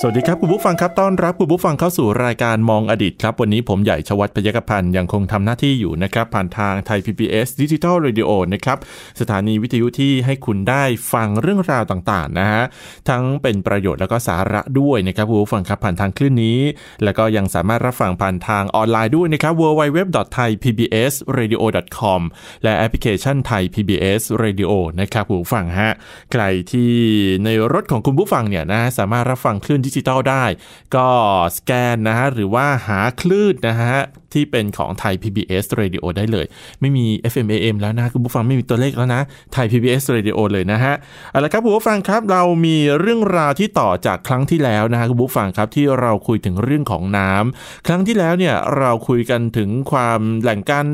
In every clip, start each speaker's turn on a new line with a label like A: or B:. A: สวัสดีครับคุณผู้ฟังครับต้อนรับคุณผู้ฟังเข้าสู่รายการมองอดีตครับ วันนี้ผมใหญ่ชวัฒน์พยกพันธ์ยังคงทำหน้าที่อยู่นะครับ ผ่านทางไทย PBS Digital Radio นะครับสถานีวิทยุที่ให้คุณได้ฟังเรื่องราวต่างๆนะฮะทั้งเป็นประโยชน์แล้วก็สาระด้วยนะครับคุณผู้ฟังครับผ่านทางคลื่นนี้ แล้วก็ยังสามารถรับฟังผ่านทางออนไลน์ด้วยนะครับ www.thaipbsradio.com และแอปพลิเคชันไทย PBS Radio นะครับคุณผู้ฟังฮะใครที่ในรถของคุณผู้ฟังเนี่ยนะสามารถรับฟังคลื่นดิจิตอลได้ ก็สแกนนะฮะหรือว่าหาคลื่นนะฮะที่เป็นของไทย PBS Radio ได้เลย ไม่มี FM AM แล้วนะคุณผู้ฟังไม่มีตัวเลขแล้วนะไทย PBS Radio เลยนะฮะเอาละครับคุณผู้ฟังครับเรามีเรื่องราวที่ต่อจากครั้งที่แล้วนะฮะคุณผู้ฟังครับที่เราคุยถึงเรื่องของน้ำครั้งที่แล้วเนี่ยเราคุยกันถึงความแหล่งการ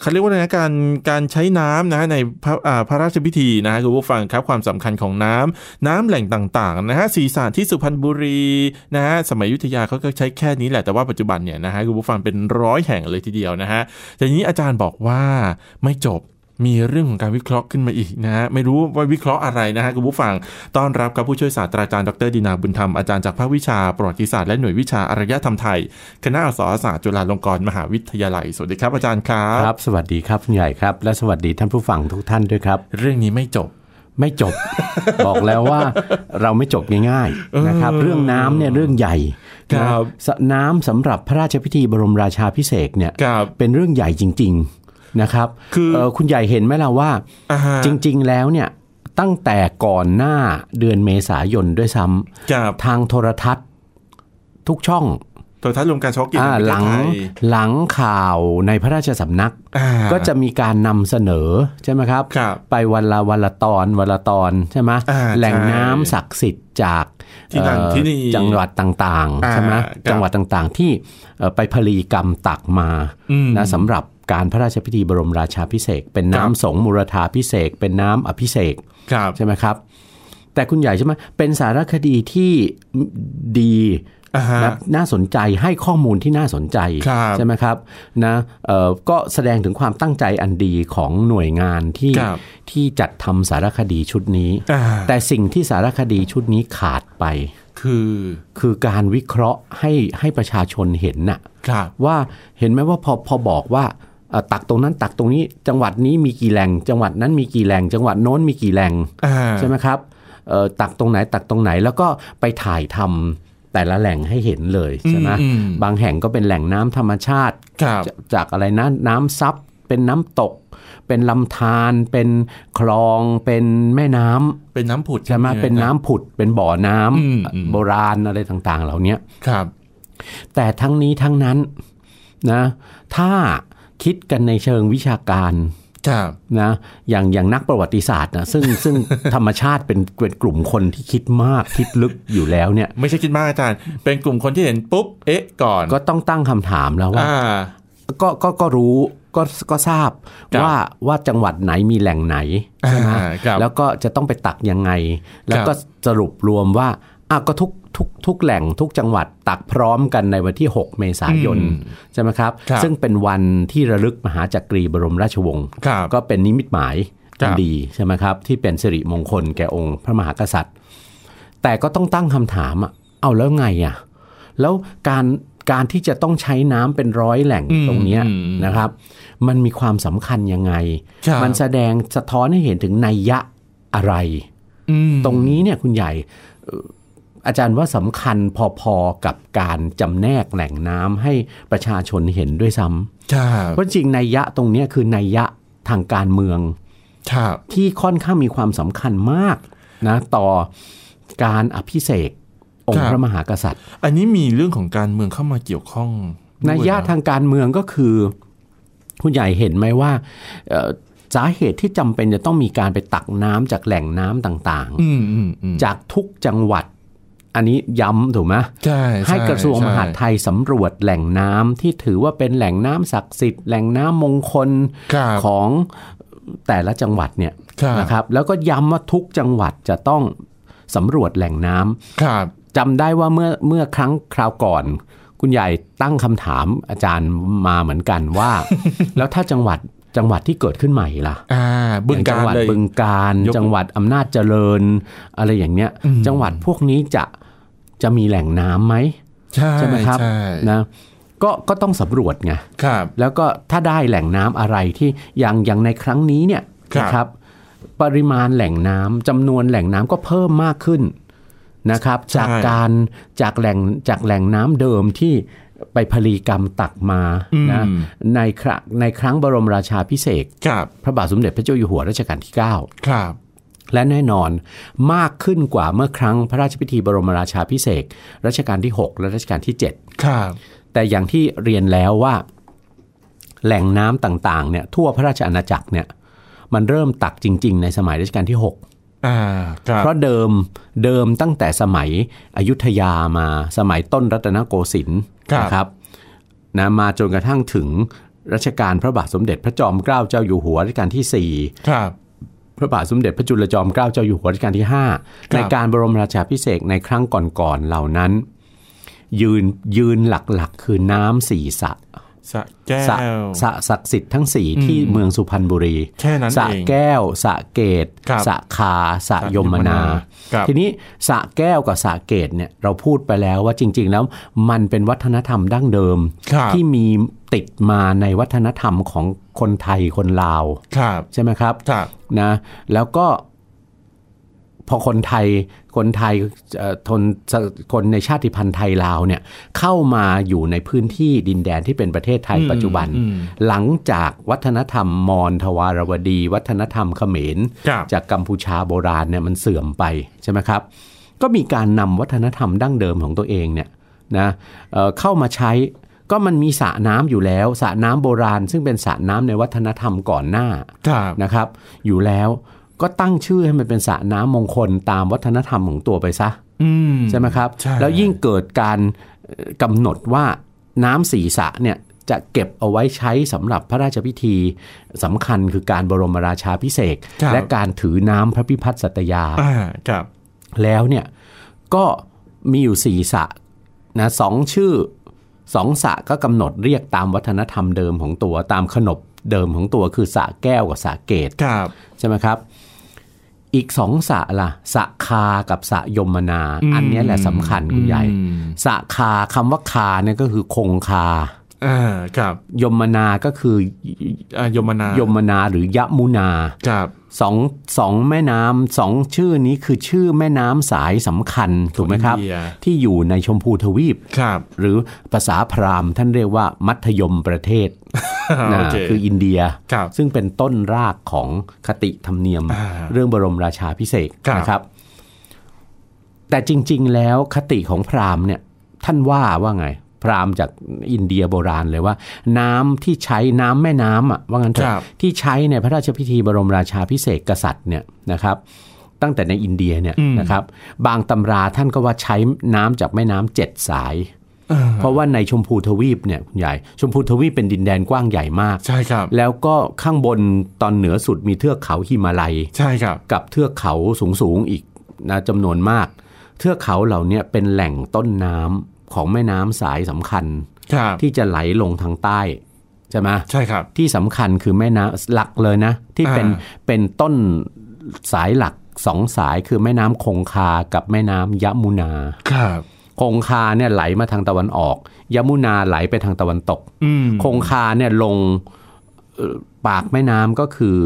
A: เขาเรียกว่าอะไรนะการการใช้น้ำนะฮะในพระอ่าพระราชพิธีนะฮะคุณผู้ฟังครับความสำคัญของน้ำน้ำแหล่งต่างๆนะฮะสีสานที่สุพรรณบุรีนะฮะสมัยอยุทธยาเขาก็ใช้แค่นี้แหละแต่ว่าปัจจุบันเนี่ยนะฮะคุณผู้ฟังเป็นร้อยแห่งเลยทีเดียวนะฮะแต่ทีนี้อาจารย์บอกว่าไม่จบมีเรื่องของการวิเคราะห์ขึ้นมาอีกนะฮะไม่รู้ว่าวิเคราะห์อะไรนะฮะคุณผู้ฟังต้อนรับกับผู้ช่วยศาสตราจารย์ดรดินาบุญธรรมอาจารย์จากภาควิชาประวัติศาสตร์และหน่วยวิชาอารยธรรมไทยคณะอักษรศาสตร์จุฬาลงกรณ์มหาวิทยาลัยสวัสดีครับอาจารย์ครับ
B: ครับสวัสดีครับคุณใหญ่ครับ และสวัสดีท่านผู้ฟังทุกท่านด้วยครับ
A: เรื่องนี้ไม่จบ
B: ไม่จบ บอกแล้วว่าเราไม่จบง่ายๆนะครับ เรื่องน้ำเนี่ยเรื่องใหญ่
A: ครับ
B: นะสน้ำสำหรับพระราชพิธีบรมราชาพิเศษกเนี่ย
A: กับ
B: เป็นเรื่องใหญ่จริง ๆนะครับ
A: คือ
B: เอ่อคุณใหญ่เห็นไหมล่ะว่า
A: อ่าฮะ
B: จริงๆแล้วเนี่ยตั้งแต่ก่อนหน้าเดือนเมษายนด้วยซ้
A: กับ
B: ำทางโทรทัศน์ทุกช่อง
A: โทรทัศน์รวมการช็อกกินแห่
B: อา
A: งประเทศ
B: หลัง
A: ไทย
B: หลังข่าวในพระราชสำนัก
A: อ่า
B: ก็จะมีการนำเสนอใช่ไหมครับ
A: ครับ
B: ไปวันละวันละตอนวันละตอนใช่ไหม
A: อ่า
B: แหล่ง
A: ใช่
B: น้ำศักดิ์สิทธิ์จาก
A: ที่นั่น
B: เอ่อ
A: ที่นี่
B: จังหวัดต่าง
A: อ่า
B: ๆใช่ไหม
A: ครับ
B: จังหวัดต่างๆที่เอ่อไปพลีกรรมตักมา
A: อืม
B: นะสำหรับการพระราชพิธีบรมราชาพิเศษกเป็น
A: ครับ
B: น้ำสงฆ์มุรธาพิเศษกเป็นน้ำอภิเษก
A: ครับ
B: ใช่ไหมครับ แต่คุณใหญ่ใช่ไหมเป็นสารคดีที่ดี
A: อ่าฮะ
B: นะน่าสนใจให้ข้อมูลที่น่าสนใจ
A: ครับ
B: ใช่ไหมครับนะเอ่อก็แสดงถึงความตั้งใจอันดีของหน่วยงานที่
A: ครับ
B: ที่จัดทำสารคดีชุดนี้
A: อ่า
B: แต่สิ่งที่สารคดีชุดนี้ขาดไป
A: คือ
B: คือการวิเคราะห์ให้ให้ประชาชนเห็นน่ะ
A: ครับ
B: ว่าเห็นไหมว่าพอพอบอกว่าเอ่อตักตรงนั้นตักตรงนี้จังหวัดนี้มีกี่แหล่ง จังหวัดนั้นมีกี่แหล่ง จังหวัดโน้นมีกี่แหล่ง
A: อ่า
B: ใช่ไหมครับเอ่อตักตรงไหนตักตรงไหนแล้วก็ไปถ่ายทำแต่ละแหล่งให้เห็นเลยใช่ไหม
A: อืมอืม
B: บางแห่งก็เป็นแหล่งน้ำธรรมชาติ
A: ครับ
B: จะจากอะไรนะน้ำซับเป็นน้ำตก เป็นลำธารเป็นคลองเป็นแม่น้
A: เป็นน้ำผุด
B: ำใช่ไหม
A: ย
B: เป็นน้ำผุดเป็นบ่อน้
A: อืมอืม
B: ำโบราณอะไรต่างๆ เหล่าเนี้ย
A: ครับ
B: แต่ทั้งนี้ทั้งนั้นนะถ้าคิดกันในเชิงวิชาการ
A: ครับ
B: นะอย่างอย่างนักประวัติศาสตร์นะซึ่งซึ่ง ธรรมชาติเป็นเป็นกลุ่มคนที่คิดมากคิดลึกอยู่แล้วเนี่ย
A: ไม่ใช่คิดมากอาจารย์ เป็นกลุ่มคนที่เห็นปุ๊บ เอ๊ะ ก่อน
B: ก็ต้องตั้งคำถามแล้วว่า
A: อ่า
B: ก็ก็ก็รู้ก็ก็ทราบ
A: ครับ
B: ว่าว่าจังหวัดไหนมีแหล่งไหนใช่ไหม
A: อ่าครับ
B: แล้วก็จะต้องไปตักยังไง แล้วก็สรุปรวมว่าอ้าวก็ทุกทุกทุกแหล่งทุกจังหวัดตักพร้อมกันในวันที่ 6 เมษายน
A: อืม
B: ใช่ไหมครับ
A: ครับ
B: ซึ่งเป็นวันที่ระลึกมหาจักรีบรมราชวงศ์
A: ครับ
B: ก็เป็นนิมิตหมาย
A: ครั
B: อั
A: บ
B: นดีใช่ไหมครับ ที่เป็นสิริมงคลแก่องค์พระมหากษัตริย์ แต่ก็ต้องตั้งคำถามอ่ะเอาแล้วไงอ่ะ แล้วการการที่จะต้องใช้น้ำเป็นร้อยแหล่ง
A: อืม
B: ตรงเนี้ย
A: อืม
B: นะครับ มันมีความสำคัญยังไง
A: ครับ
B: มันแสดงสะท้อนให้เห็นถึงนัยยะอะไร
A: อืม
B: ตรงนี้เนี่ยคุณใหญ่เอ่ออาจารย์ว่าสำคัญพอๆกับการจำแนกแหล่งน้ำให้ประชาชนเห็นด้วยซ้
A: ครับ
B: ำเพราะจริงนัยยะตรงเนี้ยคือนัยยะทางการเมือง
A: ครับ
B: ที่ค่อนข้างมีความสำคัญมากนะต่อการอภิเษกองค์พระมหากษัตริย์
A: อันนี้มีเรื่องของการเมืองเข้ามาเกี่ยวข้องด้ว
B: นัยยะทางการเมืองก็คือ คุณใหญ่เห็นไหมว่าเอ่อสาเหตุที่จำเป็นจะต้องมีการไปตักน้ำจากแหล่งน้ำต่าง
A: อืมอืมอืม
B: ๆ จากทุกจังหวัด อันนี้ย้ำถูกไหม
A: ใช่
B: ให้กระทรวง
A: ใช่
B: มหาดไทยสำรวจแหล่งน้ำที่ถือว่าเป็นแหล่งน้ำศักดิ์สิทธิ์แหล่งน้ำมงคล
A: ครับ
B: ของ แต่ละจังหวัดเนี่ย
A: ครับ
B: นะครับแล้วก็ย้ำว่าทุกจังหวัดจะต้องสำรวจแหล่งน้ำ
A: ครับ
B: จำได้ว่าเมื่อเมื่อครั้งคราวก่อน คุณใหญ่ตั้งคำถามอาจารย์มาเหมือนกัน ว่า แล้วถ้าจังหวัดจังหวัดที่เกิดขึ้นใหม่ล่ะ
A: อ่า บึงการ
B: อย่จัหวัด
A: เลย
B: บึงการ
A: ยก
B: จังหวัดอำนาจเจริญ อะไรอย่างเนี้ย
A: อืม
B: จังหวัดพวกนี้จะจะมีแหล่งน้ำไหม
A: ใช่
B: ใช่ไหมครับ
A: ใช่
B: นะก็ก็ต้องสำรวจไง
A: ครับ
B: แล้วก็ถ้าได้แหล่งน้ำอะไรที่อย่างอย่างในครั้งนี้เนี่ย
A: ครับ
B: นะครับ ปริมาณแหล่งน้ำจำนวนแหล่งน้ำก็เพิ่มมากขึ้นนะครับ จากการจากแหล่งจากแหล่งน้ำเดิมที่ไปพลีกรรมตักมานะในครั้งในครั้งบรมราชาพิเศษก
A: ครับ
B: พระบาทสมเด็จพระเจ้าอยู่หัวรัชกาลที่ 9
A: ครับ
B: และแน่นอนมากขึ้นกว่าเมื่อครั้งพระราชพิธีบรมราชาพิเศษกรัชกาลที่ 6 และรัชกาลที่ 7
A: ครับ
B: แต่อย่างที่เรียนแล้วว่า แหล่งน้ำต่างๆเนี่ยทั่วพระราชอาณาจักรเนี่ยมันเริ่มตักจริง ๆ ในสมัยรัชกาลที่ 6
A: อ่า ครับ
B: เพราะเดิมเดิมตั้งแต่สมัยอยุธยามาสมัยต้นรัตนโกสินทร์
A: ครับ
B: นะครับนะมาจนกระทั่งถึงรัชกาลพระบาทสมเด็จพระจอมเกล้าเจ้าอยู่หัวรัชกาลทีสี่ 4
A: ครับ
B: พระบาทสมเด็จพระจุลจอมเกล้าเจ้าอยู่หัวรัชกาลที่
A: ครั
B: 5
A: บ
B: ในการบรมราชาพิเศษกในครั้งก่อนๆเหล่านั้น ยืนยืนหลักๆ คือน้ำสี่สระ
A: สระแก้
B: สระ
A: ว
B: สระศักดิ์สิทธิ์ทั้งสี่ที่เมืองสุพรรณบุรี
A: แค่นั้น
B: สระ
A: เอง
B: แก้วสระเกต
A: ครับ
B: สระคาสระยมนา
A: ครับ
B: ทีนี้สระแก้วกับสระเกตเนี่ยเราพูดไปแล้วว่าจริง ๆ แล้วมันเป็นวัฒนธรรมดั้งเดิม
A: ครับ
B: ที่มีติดมาในวัฒนธรรมของคนไทยคนลาว
A: ครับ
B: ใช่ไหมครับ
A: ครับ
B: นะแล้วก็พอคนไทยคนไทยเอ่อทนคนในชาติพันธุ์ไทยลาวเนี่ยเข้ามาอยู่ในพื้นที่ดินแดนที่เป็นประเทศไทยปัจจุบัน หลังจากวัฒนธรรมมอญทวารวดี วัฒนธรรมเขมร
A: ครับ
B: จากกัมพูชาโบราณเนี่ยมันเสื่อมไปใช่ไหมครับ ก็มีการนำวัฒนธรรมดั้งเดิมของตัวเองเนี่ยนะเอ่อเข้ามาใช้ก็มันมีสระน้ำอยู่แล้วสระน้ำโบราณ ซึ่งเป็นสระน้ำในวัฒนธรรมก่อนหน้า
A: ครับ
B: นะครับอยู่แล้วก็ตั้งชื่อให้มันเป็นสระน้ำมงคลตามวัฒนธรรมของตัวไปซะ
A: อืม
B: ใช่ไหมครับ
A: ใช่
B: แล้วยิ่งเกิดการเอ่อกำหนดว่าน้ำสีสระเนี่ยจะเก็บเอาไว้ใช้สำหรับพระราชพิธีสำคัญคือการบรมราชาพิเศษกและการถือน้ำพระพิพัฒน์สัตยา
A: อ่า ครับ
B: แล้วเนี่ยก็มีอยู่สี่สระนะสองชื่อสองสระก็กำหนดเรียกตามวัฒนธรรมเดิมของตัวตามขนบเดิมของตัวคือสระแก้วกับสระเกต
A: ครับ
B: ใช่ไหมครับ อีกสองสระล่ะสระคากับสระยมนา อันเนี้ยแหละสำคัญคุณใหญ่
A: อืม
B: สระคาคำว่าคาเนี่ยก็คือคงคา
A: อ่า ครับ
B: ยมนาก็คือ
A: อ่ายมนาย ย
B: มนาหรือยมุนา
A: ครับ
B: สองสองแม่น้ำสองชื่อนี้คือชื่อแม่น้ำสายสำคัญถูกไหมครับ
A: อินเดีย
B: ที่อยู่ในชมพูทวีป
A: ครับ
B: หรือภาษาพราหมณ์ท่านเรียกว่ามัธยมประเทศนะ
A: โอเค
B: คืออินเดีย
A: ครับ
B: ซึ่งเป็นต้นรากของคติธรรมเนียม
A: อ่า
B: เรื่องบรมราชาพิเศษก
A: ครับ
B: นะครับ แต่จริง ๆ แล้วคติของพราหมณ์เนี่ย ท่านว่าว่าไง พราหมณ์จากอินเดียโบราณเลยว่า น้ำที่ใช้น้ำแม่น้ำอ่ะว่างั้นเถ
A: ครั
B: อะ
A: บ
B: ที่ใช้ในพระราชพิธีบรมราชาพิเศษกกษัตริย์เนี่ยนะครับ ตั้งแต่ในอินเดียเนี่ยนะครับ บางตำราท่านก็ว่าใช้น้ำจากแม่น้ำเจ็ดสาย เพราะว่าในชมพูทวีปเนี่ยคุณใหญ่ชมพูทวีปเป็นดินแดนกว้างใหญ่มาก
A: ใช่ครับ
B: แล้วก็ข้างบนตอนเหนือสุดมีเทือกเขาฮิมาลัย
A: ใช่ครับ
B: กับเทือกเขาสูงสูงๆอีกนะจำนวนมาก เทือกเขาเหล่าเนี้ยเป็นแหล่งต้นน้ำของแม่น้ำสายสำคัญ
A: ครับ
B: ที่จะไหลลงทางใต้ใช่ไหม
A: ใช่ครับ
B: ที่สำคัญคือแม่น้ำหลักเลยนะ ที่เป็น
A: อ่า
B: เป็นต้นสายหลักสองสายคือแม่น้ำคงคากับแม่น้ำยมุนา
A: ครับ
B: คงคาเนี่ยไหลมาทางตะวันออก ยมุนาไหลไปทางตะวันตก
A: อืม
B: คงคาเนี่ยลงเอ่อปากแม่น้ำก็คือ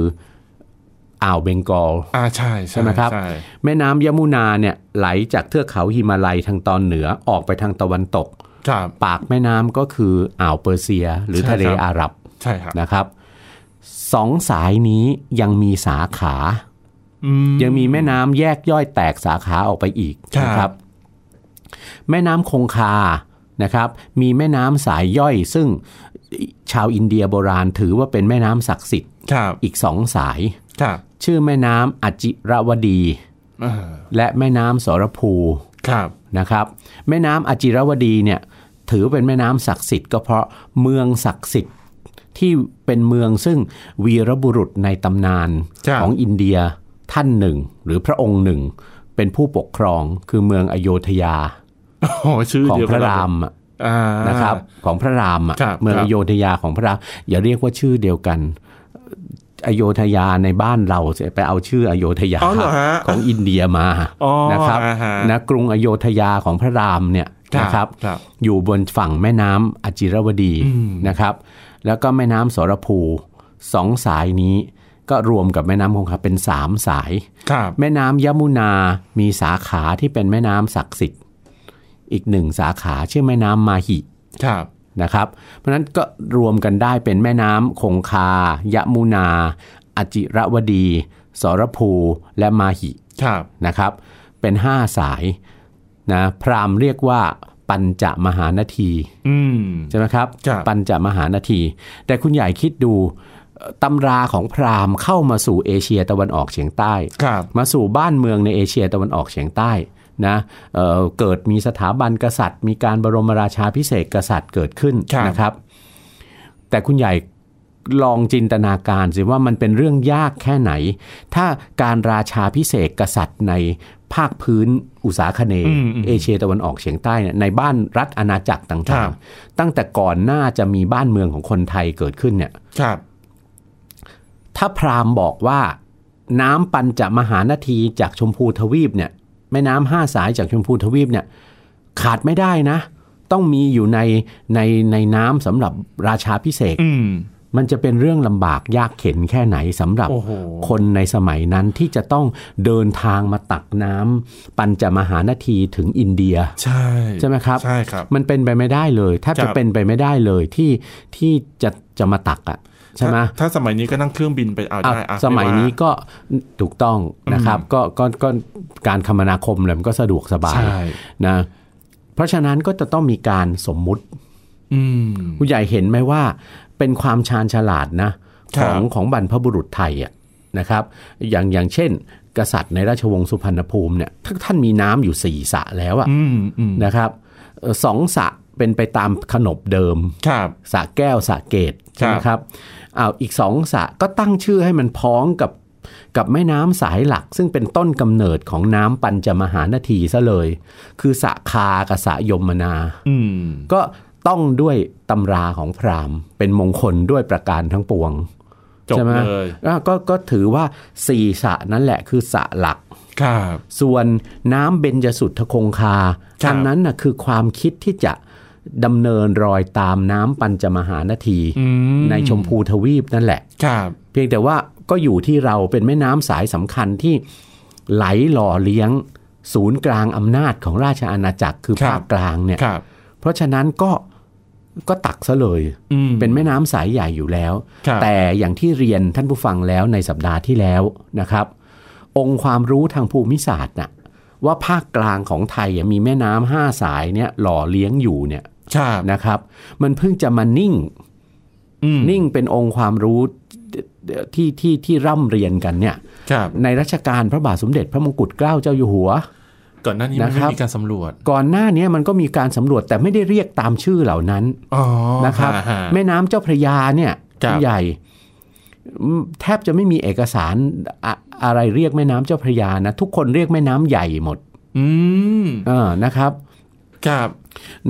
B: อ่าวเบงกอล
A: อ่า ใช่
B: ใช่ไหมครับ
A: ใช่
B: แม่น้ำยมุนาเนี่ยไหลจากเทือกเขาฮิมาลัยทางตอนเหนือออกไปทางตะวันตก
A: ครับ
B: ปากแม่น้ำก็คืออ่าวเปอร์เซีย หรือ
A: ใช่
B: ทะเล
A: ครับ
B: อาหรับ
A: ใช่ครับ
B: นะครับสองสายนี้ยังมีสาขา
A: อืม
B: ยังมีแม่น้ำแยกย่อยแตกสาขาออกไปอีก
A: ครับ
B: นะครับ แม่น้ำคงคานะครับ มีแม่น้ำสายย่อย ซึ่งชาวอินเดียโบราณถือว่าเป็นแม่น้ำศักดิ์สิทธิ์
A: ครับ
B: อีกสองสาย
A: ครับ
B: ชื่อแม่น้ำอจิรวดี
A: อ่า
B: และแม่น้ำสรภู
A: ครับ
B: นะครับ แม่น้ำอจิรวดีเนี่ยถือเป็นแม่น้ำศักดิ์สิทธิ์ก็เพราะเมืองศักดิ์สิทธิ์ ที่เป็นเมืองซึ่งวีรบุรุษในตำนาน
A: จ้ะ
B: ของอินเดียท่านหนึ่ง หรือพระองค์หนึ่ง เป็นผู้ปกครองคือเมืองอโยธยา
A: โอ้โหชื่อ
B: ของ
A: เดียว
B: พ
A: กัน
B: ระรามอะ
A: อ่า
B: นะครับของพระรามอะ
A: ครับ
B: เมือง
A: ครับ
B: อโยธยาของพระรามอย่าเรียกว่าชื่อเดียวกันอโยธยาในบ้านเราเสียไปเอาชื่ออโยธยา
A: อ๋อเหรอฮะ
B: ของอินเดียมา
A: อ๋อ
B: นะครับ
A: อ่าฮะ
B: นะกรุงอโยธยาของพระรามเนี่ยนะครับ
A: ครับ
B: อยู่บนฝั่งแม่น้ำอจิรวดี
A: อืม
B: นะครับ แล้วก็แม่น้ำสรภูสองสายนี้ ก็รวมกับแม่น้ำคงคาเป็นสามสาย
A: ครับ
B: แม่น้ำยมุนา มีสาขาที่เป็นแม่น้ำศักดิ์สิทธิ์ อีกหนึ่งสาขาชื่อแม่น้ำมาหิ
A: ครับ
B: นะครับ เพราะฉะนั้นก็รวมกันได้เป็นแม่น้ำคงคา ยมุนา อจิรวดี สรภู และมาหิ
A: ครับ
B: นะครับ เป็น 5 สายนะพราหมณ์เรียกว่าปัญจมหานที
A: อืม
B: ใช่ไหมครับ
A: ครับ
B: ปัญจมหานที แต่คุณใหญ่คิดดูเอ่อตำราของพราหมณ์เข้ามาสู่เอเชียตะวันออกเฉียงใต้
A: ครับ
B: มาสู่บ้านเมืองในเอเชียตะวันออกเฉียงใต้นะเอ่อเกิดมีสถาบันกษัตริย์ มีการบรมราชาพิเศษกกษัตริย์เกิดขึ้น
A: ครับ
B: นะครับ แต่คุณใหญ่ลองจินตนาการสิว่ามันเป็นเรื่องยากแค่ไหน ถ้าการราชาพิเศษกกษัตริย์ในภาคพื้นอุตสาคเนย์เอเชียตะวันออกเฉียงใต้เนี่ยในบ้านรัฐอาณาจักรต่างๆ ตั้งแต่ก่อนหน้าจะมีบ้านเมืองของคนไทยเกิดขึ้นเนี่ย
A: ครับ
B: ถ้าพราหมณ์บอกว่าน้ำปัญจมหานาทีจากชมพูทวีปเนี่ยแม่น้ำห้าสายจากชมพูทวีปเนี่ยขาดไม่ได้นะ ต้องมีอยู่ในในในน้ำสำหรับราชาพิเศษก
A: อืม
B: มันจะเป็นเรื่องลำบากยากเข็นแค่ไหนสำหรับ
A: โอ้โห
B: คนในสมัยนั้นที่จะต้องเดินทางมาตักน้ำปัญจมหานาทีถึงอินเดีย
A: ใช่
B: ใช่ไหมครับ
A: ใช่ครับ
B: มันเป็นไปไม่ได้เลยแทบ
A: ครั
B: จะ
A: บ
B: เป็นไปไม่ได้เลยที่ที่จะจะมาตักอ่ะใช่ไหม
A: ถ้าถ้าสมัยนี้ก็นั่งเครื่องบินไปเอา
B: อ่ะ
A: ได้อ่ะ
B: สมัย
A: ไว่า
B: นี้ก็ถูกต้องนะครับก็ก็ก็การคมนาคมเลยมันก็สะดวกสบาย
A: ใช่
B: นะเพราะฉะนั้นก็จะต้องมีการสมมุติ
A: อืม
B: ผู้ใหญ่เห็นไหมว่าเป็นความชาญฉลาดนะ
A: ครั
B: ข
A: บ
B: องของบรรพบุรุษไทยอะนะครับ อย่างอย่างเช่น กษัตริย์ในราชวงศ์สุพรรณภูมิเนี่ยถ้าท่านมีน้ำอยู่สี่สระแล้วอะ
A: อืมอืม
B: นะครับเอ่อสองสระเป็นไปตามขนบเดิม
A: ครับ
B: สระแก้วสระเกตใช่ไหมครับอ้าวอีกสองสระก็ตั้งชื่อให้มันพ้องกับกับแม่น้ำสายหลัก ซึ่งเป็นต้นกำเนิดของน้ำปัญจมหานาทีซะเลย คือสระคากับสระยมนา
A: อืม
B: ก็ต้องด้วยตำราของพราหมณ์ เป็นมงคลด้วยประการทั้งปวง
A: จบ
B: ใช่ไหม
A: เลย
B: อ่ะก็ก็ถือว่าสี่สระนั่นแหละคือสระหลัก
A: ครับ
B: ส่วนน้ำเบญจสุทธคงคา
A: ครับ
B: อันนั้นนะคือความคิดที่จะดำเนินรอยตามน้ำปัญจมหานาที
A: อืม
B: ในชมพูทวีปนั่นแหละ
A: ครับ
B: เพียงแต่ว่าก็อยู่ที่เราเป็นแม่น้ำสายสำคัญที่ไหลหล่อเลี้ยง ศูนย์กลางอำนาจของราชอาณาจักรคือ
A: ครับ
B: ภาคกลางเนี่ย
A: ครับ
B: เพราะฉะนั้นก็ก็ตักซะเลย
A: อืม
B: เป็นแม่น้ำสายใหญ่อยู่แล้ว
A: ครับ
B: แต่อย่างที่เรียนท่านผู้ฟังแล้วในสัปดาห์ที่แล้วนะครับ องค์ความรู้ทางภูมิศาสตร์น่ะว่าภาคกลางของไทยมีแม่น้ำห้าสายเนี่ยหล่อเลี้ยงอยู่เนี่ย
A: ครับ
B: นะครับ มันเพิ่งจะมานิ่ง
A: อืม
B: นิ่งเป็นองค์ความรู้ที่ที่ที่ร่ำเรียนกันเนี่ย
A: ครับ
B: ในรัชกาลพระบาทสมเด็จพระมงกุฎเกล้าเจ้าอยู่หัว
A: ก่อนหน้านี้มัน
B: นะค
A: ไม่
B: รับ
A: มีการสำรวจ
B: ก่อนหน้าเนี้มันก็มีการสำรวจแต่ไม่ได้เรียกตามชื่อเหล่านั้น
A: อ๋อ
B: นะครับ
A: ฮฮ
B: แม่น้ำเจ้าพระยาเนี่ย
A: ครับ
B: ใหญ่อืมแทบจะไม่มีเอกสารอะอะไรเรียกแม่น้ำเจ้าพระยานะทุกคนเรียกแม่น้ำใหญ่หมด
A: อืม
B: เออนะครับ
A: ครับ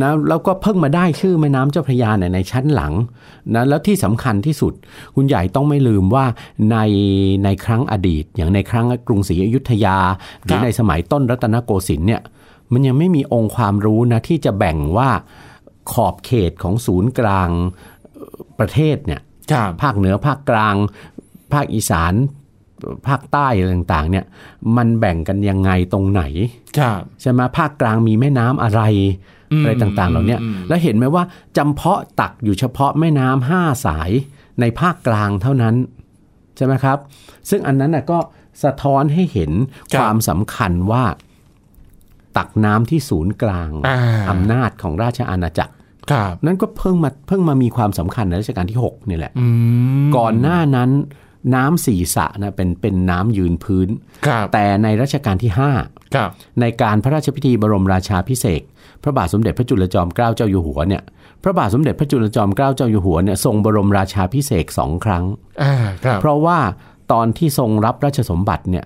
B: นะแล้วก็เพิ่งมาได้ชื่อแม่น้ำเจ้าพระยาเนี่ยในชั้นหลังนะแล้วที่สำคัญที่สุด คุณใหญ่ต้องไม่ลืมว่าในในครั้งอดีต อย่างในครั้งกรุงศรีอยุธยา หรือในสมัยต้นรัตนโกสินทร์เนี่ยมันยังไม่มีองค์ความรู้นะที่จะแบ่งว่าขอบเขตของศูนย์กลางเอ่อประเทศเนี่ย
A: ครับ
B: ภาคเหนือภาคกลาง ภาคอีสาน ภาคใต้อะไรต่างๆเนี่ยมันแบ่งกันยังไงตรงไหน
A: ครับ
B: ใช่ไหมภาคกลางมีแม่น้ำอะไร
A: อืม
B: อะไรต่างๆ เหล่าเนี้ย
A: อืม
B: แล้วเห็นไหมว่าจำเพาะตักอยู่เฉพาะแม่น้ำห้าสายในภาคกลางเท่านั้น ใช่ไหมครับ ซึ่งอันนั้นน่ะก็สะท้อนให้เห็นความสำคัญว่า ตักน้ำที่ศูนย์กลาง
A: อ่า
B: อำนาจของราชอาณาจักร
A: ครับ
B: นั่นก็เพิ่งมาเพิ่งมามีความสำคัญในรัชกาลที่ 6 นี่แหละ
A: อืม
B: ก่อนหน้านั้นน้ำสีสระนะเป็นเป็นน้ำยืนพื้น
A: ครับ
B: แต่ในรัชกาลที่ห้า
A: ครับ
B: ในการพระราชพิธีบรมราชาพิเศษกพระบาทสมเด็จพระจุลจอมเกล้าเจ้าอยู่หัวเนี่ย พระบาทสมเด็จพระจุลจอมเกล้าเจ้าอยู่หัวเนี่ยทรงบรมราชาพิเศษกสองครั้ง
A: อ่าครับ
B: เพราะว่าตอนที่ทรงรับราชสมบัติเนี่ย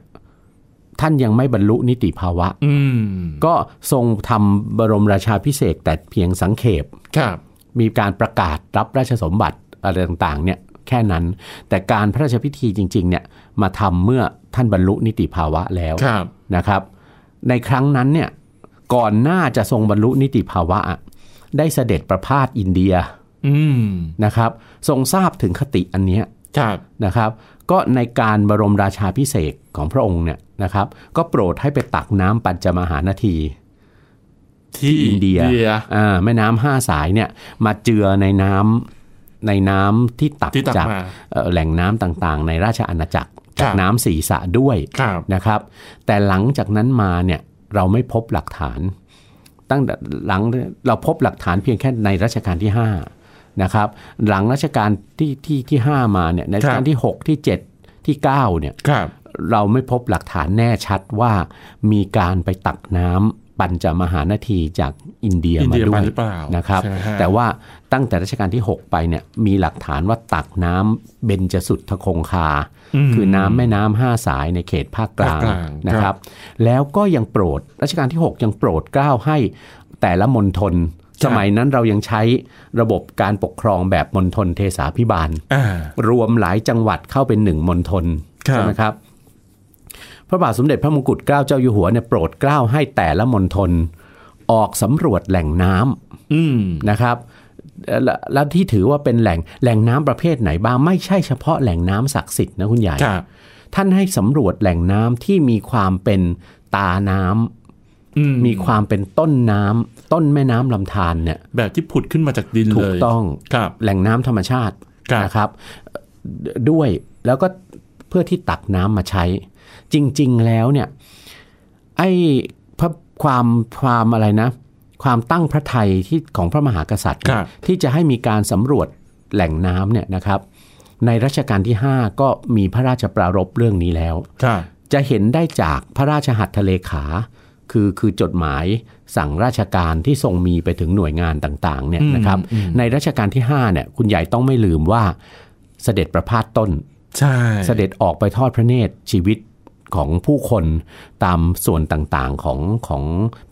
B: ท่านยังไม่บรรลุนิติภาวะ
A: อืม
B: ก็ทรงทำบรมราชาพิเศษกแต่เพียงสังเขป
A: ครับ
B: มีการประกาศรับราชสมบัติอะไรต่างๆเนี่ยแค่นั้น แต่การพระราชพิธีจริงๆเนี่ยมาทำเมื่อท่านบรรลุนิติภาวะแล้ว
A: ครับ
B: นะครับ ในครั้งนั้นเนี่ยก่อนหน้าจะทรงบรรลุนิติภาวะอะได้เสด็จประพาสอินเดีย
A: อืม
B: นะครับ ทรงทราบถึงคติอันเนี้ย
A: ครับ
B: นะครับ ก็ในการบรมราชาพิเศษกของพระองค์เนี่ยนะครับ ก็โปรดให้ไปตักน้ำปัญจมหานาที
A: ที่
B: อินเดีย
A: เดีย
B: อ่าแม่น้ำห้าสายเนี่ยมาเจือในน้ำในน้ำที่ตัก
A: ที่ตัก
B: จาก
A: มา
B: เอ่อแหล่งน้ำต่างๆ ในราชอาณาจักร
A: ครับ
B: จากน้ำสีสระด้วย
A: ครับ
B: นะครับ แต่หลังจากนั้นมาเนี่ยเราไม่พบหลักฐาน ตั้งแต่หลังเราพบหลักฐานเพียงแค่ในรัชกาลที่ห้านะครับหลังรัชกาลที่ที่ที่ห้ามาเนี่ยในรัชกา
A: ครับ
B: ลที่หกที่เจ็ดที่เก้าเนี่ย
A: ครับ
B: เราไม่พบหลักฐานแน่ชัดว่ามีการไปตักน้ำปัญจมหานาทีจากอินเดีย
A: อิน
B: มา
A: เดีย
B: ด้ว
A: มาย หรือเปล่า
B: นะครับ
A: ใช่ไหมฮะ
B: แต่ว่าตั้งแต่รัชกาลที่ 6 ไปเนี่ยมีหลักฐานว่าตักน้ำเบญจสุทธคงคา
A: อืม
B: คือน้ำแม่น้ำห้าสายในเขตภาคกลาง
A: ภาคกลาง
B: นะค
A: ครั
B: รับ
A: บ
B: แล้วก็ยังโปรดรัชกาลที่ 6 ยังโปรดเกล้าให้แต่ละมณฑลสมัยนั้นเรายังใช้ระบบการปกครองแบบมณฑลเทศาพิบาล
A: อ่า
B: รวมหลายจังหวัดเข้าเป็นหนึ่งมณฑล
A: ครับ
B: ใช่ไหมครับ พระบาทสมเด็จพระมงกุฎเกล้าเจ้าอยู่หัวเนี่ยโปรดเกล้าให้แต่ละมณฑลออกสำรวจแหล่งน้
A: อืม
B: ำนะครับเอ่อและและที่ถือว่าเป็นแหล่งแหล่งน้ำประเภทไหนบ้างไม่ใช่เฉพาะแหล่งน้ำศักดิ์สิทธิ์นะคุณใหญ่
A: ครับ
B: ท่านให้สำรวจแหล่งน้ำที่มีความเป็นตาน้
A: อืม
B: ำมีความเป็นต้นน้ำต้นแม่น้ำลำธารเนี่ย
A: แบบที่ผุดขึ้นมาจากดิน
B: ถู
A: เล
B: ก
A: ย
B: ต้อง
A: ครับ
B: แหล่งน้ำธรรมชาติ
A: ครับ
B: นะครับดด้วยแล้วก็เพื่อที่ตักน้ำมาใช้ จริง ๆ แล้วเนี่ยไอ้พระความความอะไรนะ ความตั้งพระทัยที่ของพระมหากษัตริย์
A: ค
B: เนี่ย
A: รับ
B: ที่จะให้มีการสำรวจแหล่งน้ำเนี่ยนะครับ ในรัชกาลที่ 5 ก็มีพระราชปรารภเรื่องนี้แล้ว
A: ครับ
B: จะเห็นได้จากพระราชหัตถเลขา คือคือจดหมายสั่งราชการที่ทรงมีไปถึงหน่วยงานต่างๆเนี่ย
A: อืม
B: นะครับ
A: อืม
B: ในรัชกาลที่5เนี่ยคุณใหญ่ต้องไม่ลืมว่าเสด็จประพาสต้น
A: ใช่
B: เสด็จออกไปทอดพระเนตรชีวิตของผู้คนตามส่วนต่างๆของของ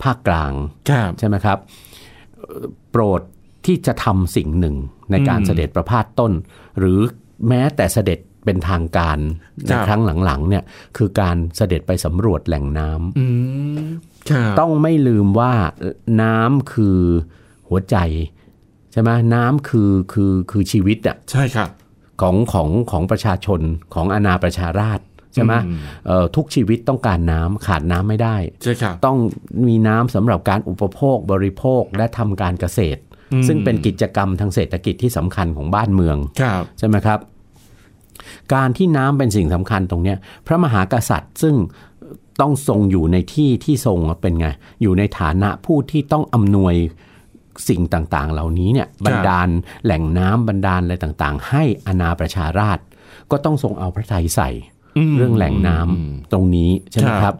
B: ภาคกลาง
A: ครับ
B: ใช่ไหมครับเอ่อโปรดที่จะทำสิ่งหนึ่งในการ
A: อืม
B: เสด็จประพาสต้น หรือแม้แต่เสด็จเป็นทางการ
A: ค
B: ใน
A: รับ
B: ครั้งหลังๆเนี่ยคือการเสด็จไปสำรวจแหล่งน้
A: อืมครับ
B: ำต้องไม่ลืมว่าน้ำคือหัวใจ ใช่ไหมน้ำคือคือคือชีวิตอะ
A: ใช่ครับ
B: ของของของประชาชนของอาณาประชาราษฎร์ใช่ไหม
A: อืม
B: เอ่อทุกชีวิตต้องการน้ำขาดน้ำไม่ได้
A: ใช่ครับ
B: ต้องมีน้ำสำหรับการอุปโภคบริโภคและทำการเกษตร
A: อืม
B: ซึ่งเป็นกิจกรรมทางเศรษฐกิจที่สำคัญของบ้านเมือง
A: ครับ
B: ใช่ไหมครับ การที่น้ำเป็นสิ่งสำคัญตรงเนี้ยพระมหากษัตริย์ซึ่งต้องทรงอยู่ในที่ที่ทรงเป็นไง อยู่ในฐานะผู้ที่ต้องอำนวยสิ่งต่างๆ เหล่านี้เนี่ยบรรดาลแหล่งน้ำบรรดาลอะไรต่างๆ ให้อาณาประชาราษฎร์ก็ต้องทรงเอาพระทัยใส่
A: ม
B: เรื่องแหล่งน้ำตรงนี้ใช่ไหม
A: ค
B: ค
A: รั
B: รับ บ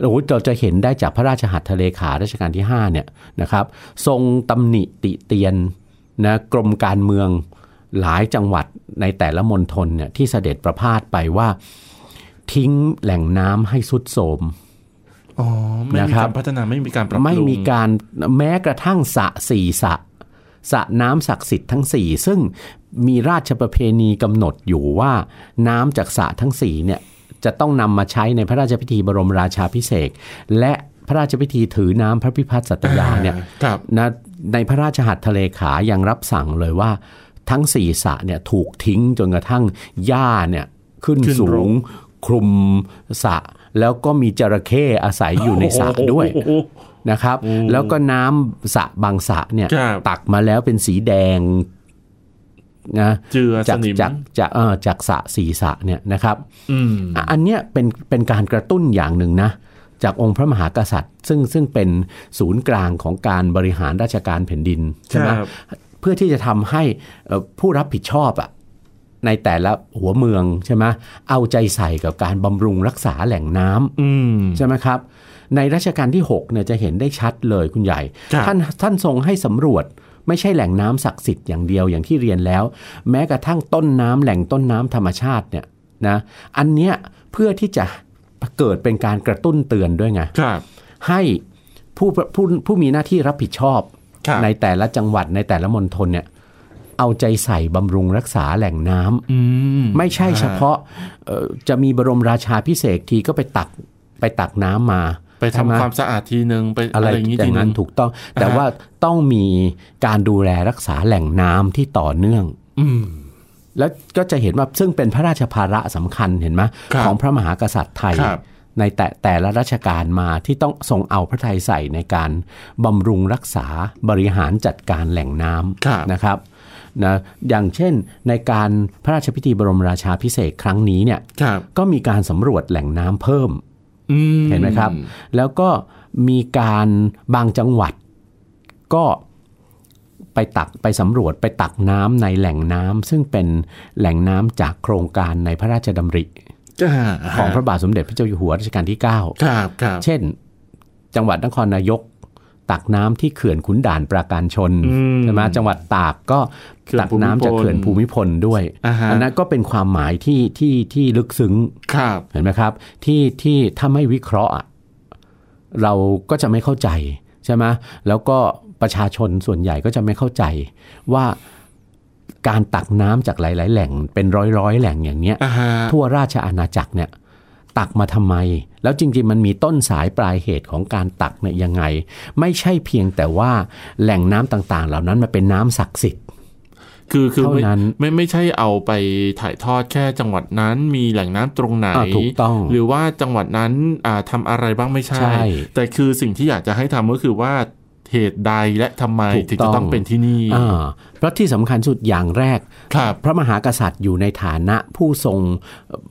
B: โอ้โหเราจะเห็นได้จากพระราชหัตถเลขารัชกาลที่ 5 เนี่ยนะครับ ทรงตำหนิติเตียนนะกรมการเมืองหลายจังหวัดในแต่ละมณฑลเนี่ยที่เสด็จประพาสไปว่าทิ้งแหล่งน้ำให้สุดโทรม
A: อ๋อไม่มี
B: นะครั
A: กา
B: บ
A: รพัฒนาไม่มีการปรับปรุง
B: ไม่มีการแม้กระทั่งสระสี่สระสระน้ำศักดิ์สิทธิ์ทั้งสี่ซึ่งมีราชประเพณีกำหนดอยู่ว่าน้ำจากสระทั้งสี่เนี่ยจะต้องนำมาใช้ในพระราชพิธีบรมราชาพิเศษกและพระราชพิธีถือน้ำพระพิพัฒน์สัตยาเนี่ย
A: อ่ครับ
B: นะในพระราชหัตถเลขายังรับสั่งเลยว่าทั้งสี่สระเนี่ยถูกทิ้งจนกระทั่งหญ้าเนี่ยขึ้นสูง คลุมสระแล้วก็มีจระเข้อาศัยอยู่ในสระด้วย
A: โอ้โห
B: นะครับ
A: โอ้
B: แล้วก็น้ำสระบางสระเนี่ย
A: ครับ
B: ตักมาแล้วเป็นสีแดงนะ
A: เจือส
B: จาก
A: นิม
B: จากจากเอ่อจากสระสีสระเนี่ยนะครับ
A: อืม
B: อ่ะอันเนี้ยเป็นเป็นการกระตุ้นอย่างหนึ่งนะจากองค์พระมหากษัตริย์ ซึ่งซึ่งเป็นศูนย์กลางของการบริหารราชการแผ่นดินใช่ไหม
A: ครับ
B: เพื่อที่จะทำให้เอ่อผู้รับผิดชอบอะในแต่ละหัวเมืองใช่ไหมเอาใจใส่กับการบำรุงรักษาแหล่งน้ำ
A: อืม
B: ใช่ไหมครับ ในรัชกาลที่6เนี่ยจะเห็นได้ชัดเลยคุณใหญ่
A: ครับ
B: ท่านท่านทรงให้สำรวจ ไม่ใช่แหล่งน้ำศักดิ์สิทธิ์อย่างเดียวอย่างที่เรียนแล้ว แม้กระทั่งต้นน้ำแหล่งต้นน้ำธรรมชาติเนี่ยนะอันเนี้ยเพื่อที่จะเกิดเป็นการกระตุ้นเตือนด้วยไง
A: ครับ
B: ให้ผู้ผู้ผู้มีหน้าที่รับผิดชอบ
A: ครับ
B: ในแต่ละจังหวัดในแต่ละมณฑลเนี่ยเอาใจใส่บำรุงรักษาแหล่งน้ำ
A: อืม
B: ไม่ใช่เฉพาะเอ่อจะมีบรมราชาพิเศษกทีก็ไปตักไปตักน้ำมา
A: ไปทำ
B: ใช่ห
A: ความสะอาดทีนึงไป
B: อะ
A: อะไร ไรอย่างนี้
B: อ
A: ที
B: ย่าง
A: นึ
B: นั้
A: ง
B: นถูกต้อง แต่
A: อ่าฮะ
B: ว่าต้องมีการดูแลรักษาแหล่งน้ำที่ต่อเนื่อง
A: อืม
B: แล้วก็จะเห็นว่าซึ่งเป็นพระราชภาระสำคัญเห็นไหม
A: ครับ
B: ของพระมหากษัตริย์ไทย
A: ครับ
B: ในแต่แต่ละราชการมาที่ต้องทรงเอาพระทัยใส่ในการบำรุงรักษาบริหารจัดการแหล่งน้
A: ครับ
B: ำนะครับนะอย่างเช่นในการพระราชพิธีบรมราชาพิเศษกครั้งนี้เนี่ย
A: ครับ
B: ก็มีการสำรวจแหล่งน้ำเพิ่ม
A: อืม
B: เห็นไหมครับ แล้วก็มีการบางจังหวัด ก็ไปตักไปสำรวจไปตักน้ำในแหล่งน้ำซึ่งเป็นแหล่งน้ำจากโครงการในพระราชดำริ
A: อ่า
B: ของพระบาทสมเด็จพระเจ้าอยู่หัวรัชกาลที่ 9
A: ครับครับ
B: เช่น จังหวัดนครนายก ตักน้ำที่เขื่อนขุนด่านปราการชน
A: อื
B: ใช่ไหมจังหวัดตากก็ตักน้ำจากเขื่อนภูมิพลด้วย
A: อ่าฮะ
B: อันนั้นก็เป็นความหมายที่ที่ที่ลึกซึ้ง
A: ครับ
B: เห็นไหมครับที่ที่ถ้าไม่วิเคราะห์อะเราก็จะไม่เข้าใจใช่ไหมแล้วก็ประชาชนส่วนใหญ่ก็จะไม่เข้าใจ ว่าการตักน้ำจากหลาย ๆ แหล่งเป็นร้อยๆ แหล่งอย่างเนี้ย
A: อ่าฮะ
B: ทั่วราชอาณาจักรเนี่ยตักมาทำไม แล้วจริง ๆ มันมีต้นสายปลายเหตุของการตักเนี่ยยังไง ไม่ใช่เพียงแต่ว่าแหล่งน้ำต่าง ๆ เหล่านั้นมันเป็นน้ำศักดิ์สิทธิ์
A: คือคือไม่
B: เท่านั้น
A: ไม่ไม่ใช่เอาไปถ่ายทอดแค่จังหวัดนั้นมีแหล่งน้ำตรงไหน
B: อ่าถูกต้อง
A: หรือว่าจังหวัดนั้นอ่าทำอะไรบ้างไม่ใช่
B: ใช่
A: แต่คือสิ่งที่อยากจะให้ทำก็คือว่าเหตุใดและทำไม
B: ถูก
A: ถึงจะ
B: ต้อง
A: ต้องเป็นที่นี่
B: อ่าเพราะที่สำคัญสุดอย่างแรก
A: ครับ
B: พระมหากษัตริย์อยู่ในฐานะผู้ทรงเอ่อ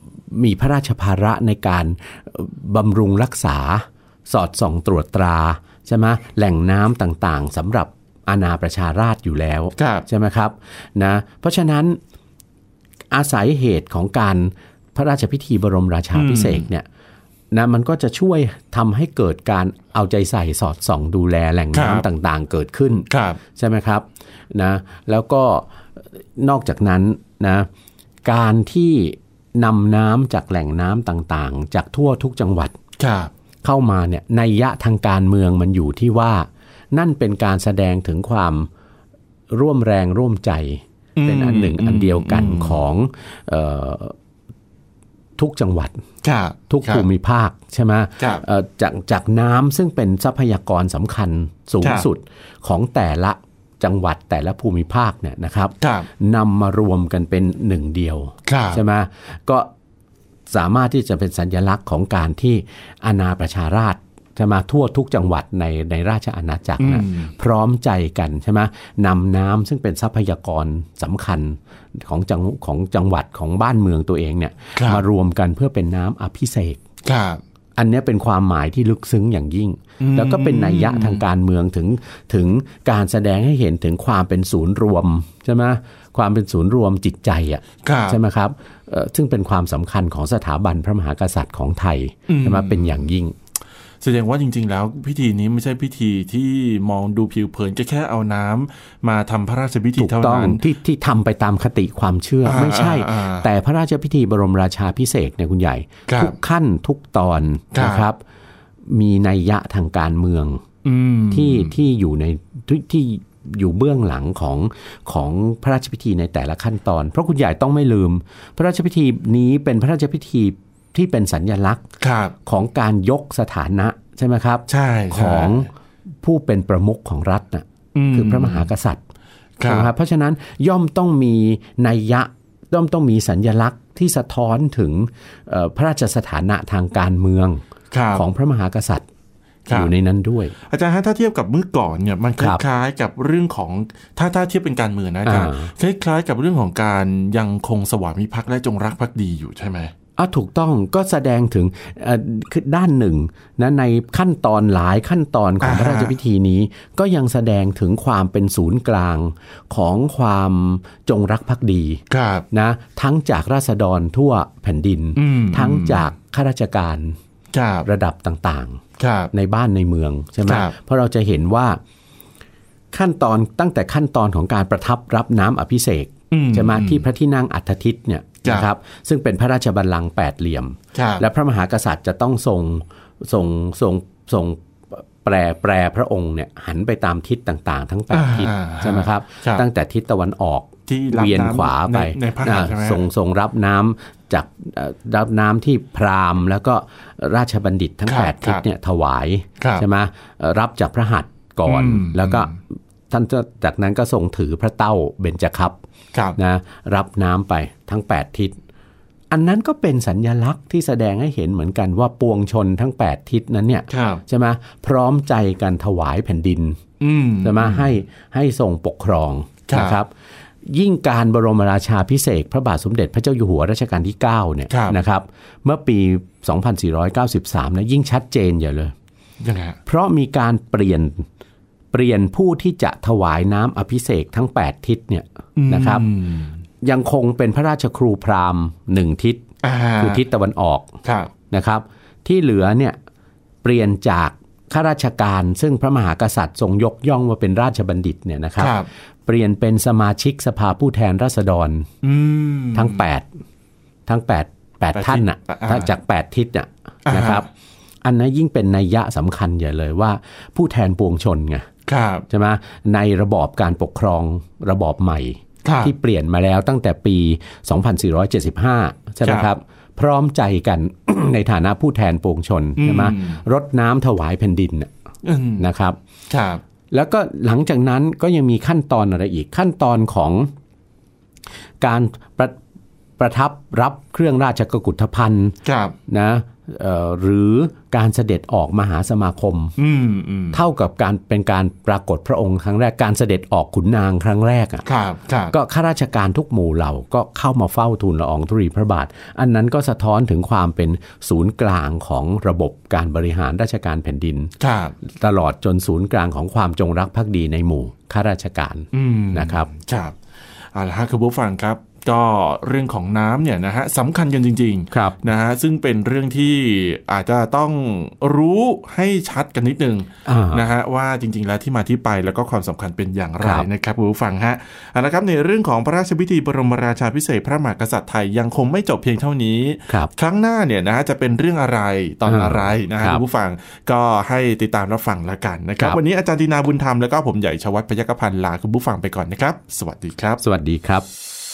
B: มีพระราชภาระในการเอ่อบำรุงรักษา สอดส่องตรวจตราใช่ไหมแหล่งน้ำต่างๆสำหรับอาณาประชาราชอยู่แล้ว
A: ครับ
B: ใช่ไหมครับนะเพราะฉะนั้นอาศัยเหตุของการพระราชพิธีบรมราชาพิเศษกเนี่ยนะมันก็จะช่วยทำให้เกิดการเอาใจใส่สอดส่องดูแลแหล่ง
A: ครับ
B: น้ำต่างๆ เกิดขึ้น
A: ครับ
B: ใช่ไหมครับนะแล้วก็นอกจากนั้นนะการที่นำน้ำจากแหล่งน้ำต่างๆ จากทั่วทุกจังหวัด
A: ครับ
B: เข้ามาเนี่ยในยยะทางการเมืองมันอยู่ที่ว่า นั่นเป็นการแสดงถึงความร่วมแรงร่วมใจ
A: อืม
B: เป็นอันหนึ่ง
A: อืม
B: อันเดียวกันของเออทุกจังหวัด
A: ครับ
B: ทุก
A: ครับ
B: ภูมิภาคใช่ไหม
A: ครับ
B: เอ่อจากจากน้ำซึ่งเป็นทรัพยากรสำคัญสูง
A: ครับ
B: สุดของแต่ละจังหวัดแต่ละภูมิภาคเนี่ยนะครับ
A: ครับ
B: นำมารวมกันเป็นหนึ่งเดียว
A: ครับ
B: ใช่ไหมก็สามารถที่จะเป็นสัญลักษณ์ของการที่อาณาประชาราชใช่ไหมทั่วทุกจังหวัดในในราชอาณาจักรนะ
A: อืม
B: พร้อมใจกันใช่ไหมนำน้ำซึ่งเป็นทรัพยากรสำคัญของจังของจังหวัดของบ้านเมืองตัวเองเนี่ย
A: ครับ
B: มารวมกันเพื่อเป็นน้ำอภิเษก
A: ครับ
B: อันเนี้ยเป็นความหมายที่ลึกซึ้งอย่างยิ่ง แล้วก็เป็นนัยยะทางการเมืองถึงถึงการแสดงให้เห็นถึงความเป็นศูนย์รวมใช่ไหมความเป็นศูนย์รวมจิตใจอ่ะ
A: ครับ
B: ใช่ไหมครับเอ่อซึ่งเป็นความสำคัญของสถาบันพระมหากษัตริย์ของไทยใช่ไหมเป็นอย่างยิ่ง
A: แสดงว่าจริง ๆ แล้วพิธีนี้ไม่ใช่พิธีที่มองดูผิวเผินก็แค่เอาน้ำมาทำพระราชพิธี
B: ถูก
A: เท่า
B: ต้อง
A: นั้น
B: ที่ที่ทำไปตามคติความเชื่อ
A: อ่า
B: ไม่ใช่
A: อ่าอ่า
B: แต่พระราชพิธีบรมราชาพิเศษกเนี่ยคุณใหญ่
A: ครับ
B: ทุกขั้นทุกตอน
A: ครับ
B: นะครับ มีนัยยะทางการเมือง
A: อืม
B: ที่ที่อยู่ในที่ที่อยู่เบื้องหลังของของพระราชพิธีในแต่ละขั้นตอน เพราะคุณใหญ่ต้องไม่ลืม พระราชพิธีนี้เป็นพระราชพิธีที่เป็นสัญญลักษณ์
A: ครับ
B: ของการยกสถานะใช่ไหมครับ
A: ใช่ใช่
B: ของผู้เป็นประมุขของรัฐนะ
A: ม
B: คือพระมหากษัตริย์
A: ครั
B: นะค
A: บ
B: รับเพราะฉะนั้นย่อมต้องมีนัยยะย่อมต้องมีสัญญลักษณ์ที่สะท้อนถึงเอ่อพระราชสถานะทางการเมือง
A: ครับ
B: ของพระมหากษัตริย์
A: ครับ
B: อยู่ในนั้นด้วย
A: อาจารย์ฮะถ้าเทียบกับเมื่อก่อนเนี่ยมันค
B: ครับ
A: ล้ายๆกับเรื่องของถ้าถ้าเทียบเป็นการเมืองนะอาจารย์
B: อ่
A: คล้ายๆกับเรื่องของการยังคงสวามิภักดิ์และจงรักภักดีอยู่ใช่ไหม
B: อ่ะถูกต้องก็แสดงถึงเอ่อคือด้านหนึ่งนะในขั้นตอนหลายขั้นตอนของ
A: อ่าฮะ
B: พระราชพิธีนี้ ก็ยังแสดงถึงความเป็นศูนย์กลางของความจงรักภักดี
A: ครับ
B: นะทั้งจากราษฎรทั่วแผ่นดิน
A: อืม
B: ทั้งจากข้าราชการ
A: ครับ
B: ระดับต่าง
A: ครับ
B: ๆ ในบ้านในเมืองใช่ไหม
A: ครับ
B: เพราะเราจะเห็นว่า ขั้นตอนตั้งแต่ขั้นตอนของการประทับรับน้ำอภิเษก
A: อืม
B: ใช่ไหมที่พระที่นั่งอัฏฐทิศเนี่ย
A: ครับ
B: นะครับซึ่งเป็นพระราชบัลลังก์แปดเหลี่ยม
A: ครับ
B: และพระมหากษัตริย์จะต้องทรงทรงทรงทรงแปรแปรพระองค์เนี่ยหันไปตามทิศต่างๆ ทั้งแปด
A: อ่า
B: ทิศใช่ไหมครับ
A: ครับ
B: ตั้งแต่ทิศตะวันออก
A: ที่รับ
B: เวียน
A: น้ำ
B: ขวาไป
A: ในในพระหัตถ์ใช่ไหม
B: อ่าทรงทรงรับน้ำจากเอ่อรับน้ำที่พราหมณ์ แล้วก็ราชบัณฑิตทั้ง
A: ครับ
B: แปดทิศ
A: ครับ
B: เนี่ยถวาย
A: ครับ
B: ใช่ไหมเอ่อรับจากพระหัตถ์ก่อน
A: อืม
B: แล้วก็ท่านจะจากนั้นก็ทรงถือพระเต้าเบญจคัพ
A: ครับ
B: นะรับน้ำไปทั้ง 8 ทิศ อันนั้นก็เป็นสัญญลักษณ์ที่แสดงให้เห็นเหมือนกันว่าปวงชนทั้ง 8 ทิศนั้นเนี่ย
A: ครับ
B: ใช่ไหมพร้อมใจกันถวายแผ่นดิน
A: อืม
B: ใช่ไหมให้ให้ทรงปกครอง
A: ครับ
B: นะครับ ยิ่งการบรมราชาพิเศษกพระบาทสมเด็จพระเจ้าอยู่หัวรัชกาลที่ 9 เนี่ยนะครับเมื่อปี 2493นะยิ่งชัดเจนอย่าเลย
A: ยังไงฮะ
B: เพราะมีการเปลี่ยนเปลี่ยนผู้ที่จะถวายน้ำอภิเษกทั้ง 8 ทิศเนี่ยนะครับ
A: อืม
B: ยังคงเป็นพระราชครูพราหมณ์หนึ่งทิศ
A: อ่า
B: คือทิศตะวันออก
A: ครับ
B: นะครับ ที่เหลือเนี่ยเปลี่ยนจากข้าราชการซึ่งพระมหากษัตริย์ทรงยกย่องว่าเป็นราชบัณฑิตเนี่ยนะครับ
A: ครับ
B: เปลี่ยนเป็นสมาชิกสภาผู้แทนราษฎร
A: อืม
B: ทั้ง 8 ทั้ง 8
A: แปด
B: 8 ท่านน่ะ
A: ทิศอ่า
B: ถ้าจาก 8 ทิศน่ะ
A: อ่าฮะ
B: นะครับ อันนั้นยิ่งเป็นนัยยะสำคัญใหญ่เลยว่าผู้แทนปวงชนไง
A: ครับ
B: ใช่ไหมในระบอบการปกครองระบอบใหม่
A: ครับ
B: ที่เปลี่ยนมาแล้วตั้งแต่ปี 2475 ใช่ไหม
A: ค
B: ค
A: รั
B: รั
A: บบ
B: พร้อมใจกัน ในฐานะผู้แทนปวงชนใช่ไหม
A: อืม
B: รดน้ำถวายแผ่นดินน่ะ
A: อืม
B: นะครับ
A: ครับ
B: แล้วก็หลังจากนั้นก็ยังมีขั้นตอนอะไรอีกขั้นตอนของการประประทับรับเครื่องราชกกุฏภัณฑ์
A: ครับ
B: นะเอ่อหรือการเสด็จออกมหาสมาคม
A: อืมอืม
B: เท่ากับการเป็นการปรากฏพระองค์ครั้งแรกการเสด็จออกขุนนางครั้งแรกอ่ะ
A: ครับครับ
B: ก็ข้าราชการทุกหมู่เหล่าก็เข้ามาเฝ้าทูลละอองธุรีพระบาท อันนั้นก็สะท้อนถึงความเป็นศูนย์กลางของระบบการบริหารราชการแผ่นดิน
A: ครับ
B: ตลอดจนศูนย์กลางของความจงรักภักดีในหมู่ข้าราชการ
A: อืม
B: นะครับ
A: ครับเอาละฮะคุณผู้ฟังครับ ก็เรื่องของน้ำเนี่ยนะฮะสำคัญกันจริงๆ
B: ครับ
A: นะฮะซึ่งเป็นเรื่องที่อาจจะต้องรู้ให้ชัดกันนิดนึง
B: อ่าน
A: นะฮะว่าจริง ๆ แล้วที่มาที่ไปแล้วก็ความสำคัญเป็นอย่างไร
B: ครับ
A: นะครับคุณผู้ฟังฮะเอาละครับในเรื่องของพระราชพิธีบรมราชาพิเศษกพระมหากษัตริย์ไทยยังคงไม่จบเพียงเท่านี้
B: ครับ
A: ครั้งหน้าเนี่ยนะจะเป็นเรื่องอะไรตอน
B: อ่า
A: อะไรนะฮะ
B: ครับ
A: คุณผู้ฟังก็ให้ติดตามรับฟังแล้วกันนะครับ
B: ครับ
A: วันนี้อาจารย์ตีนาบุญธรรมแล้วก็ผมใหญ่ชวัฒน์พยัคฆพันธ์ลาคุณผู้ฟังไปก่อนนะครับ สวัสดีครับ
B: สวัสดีครับ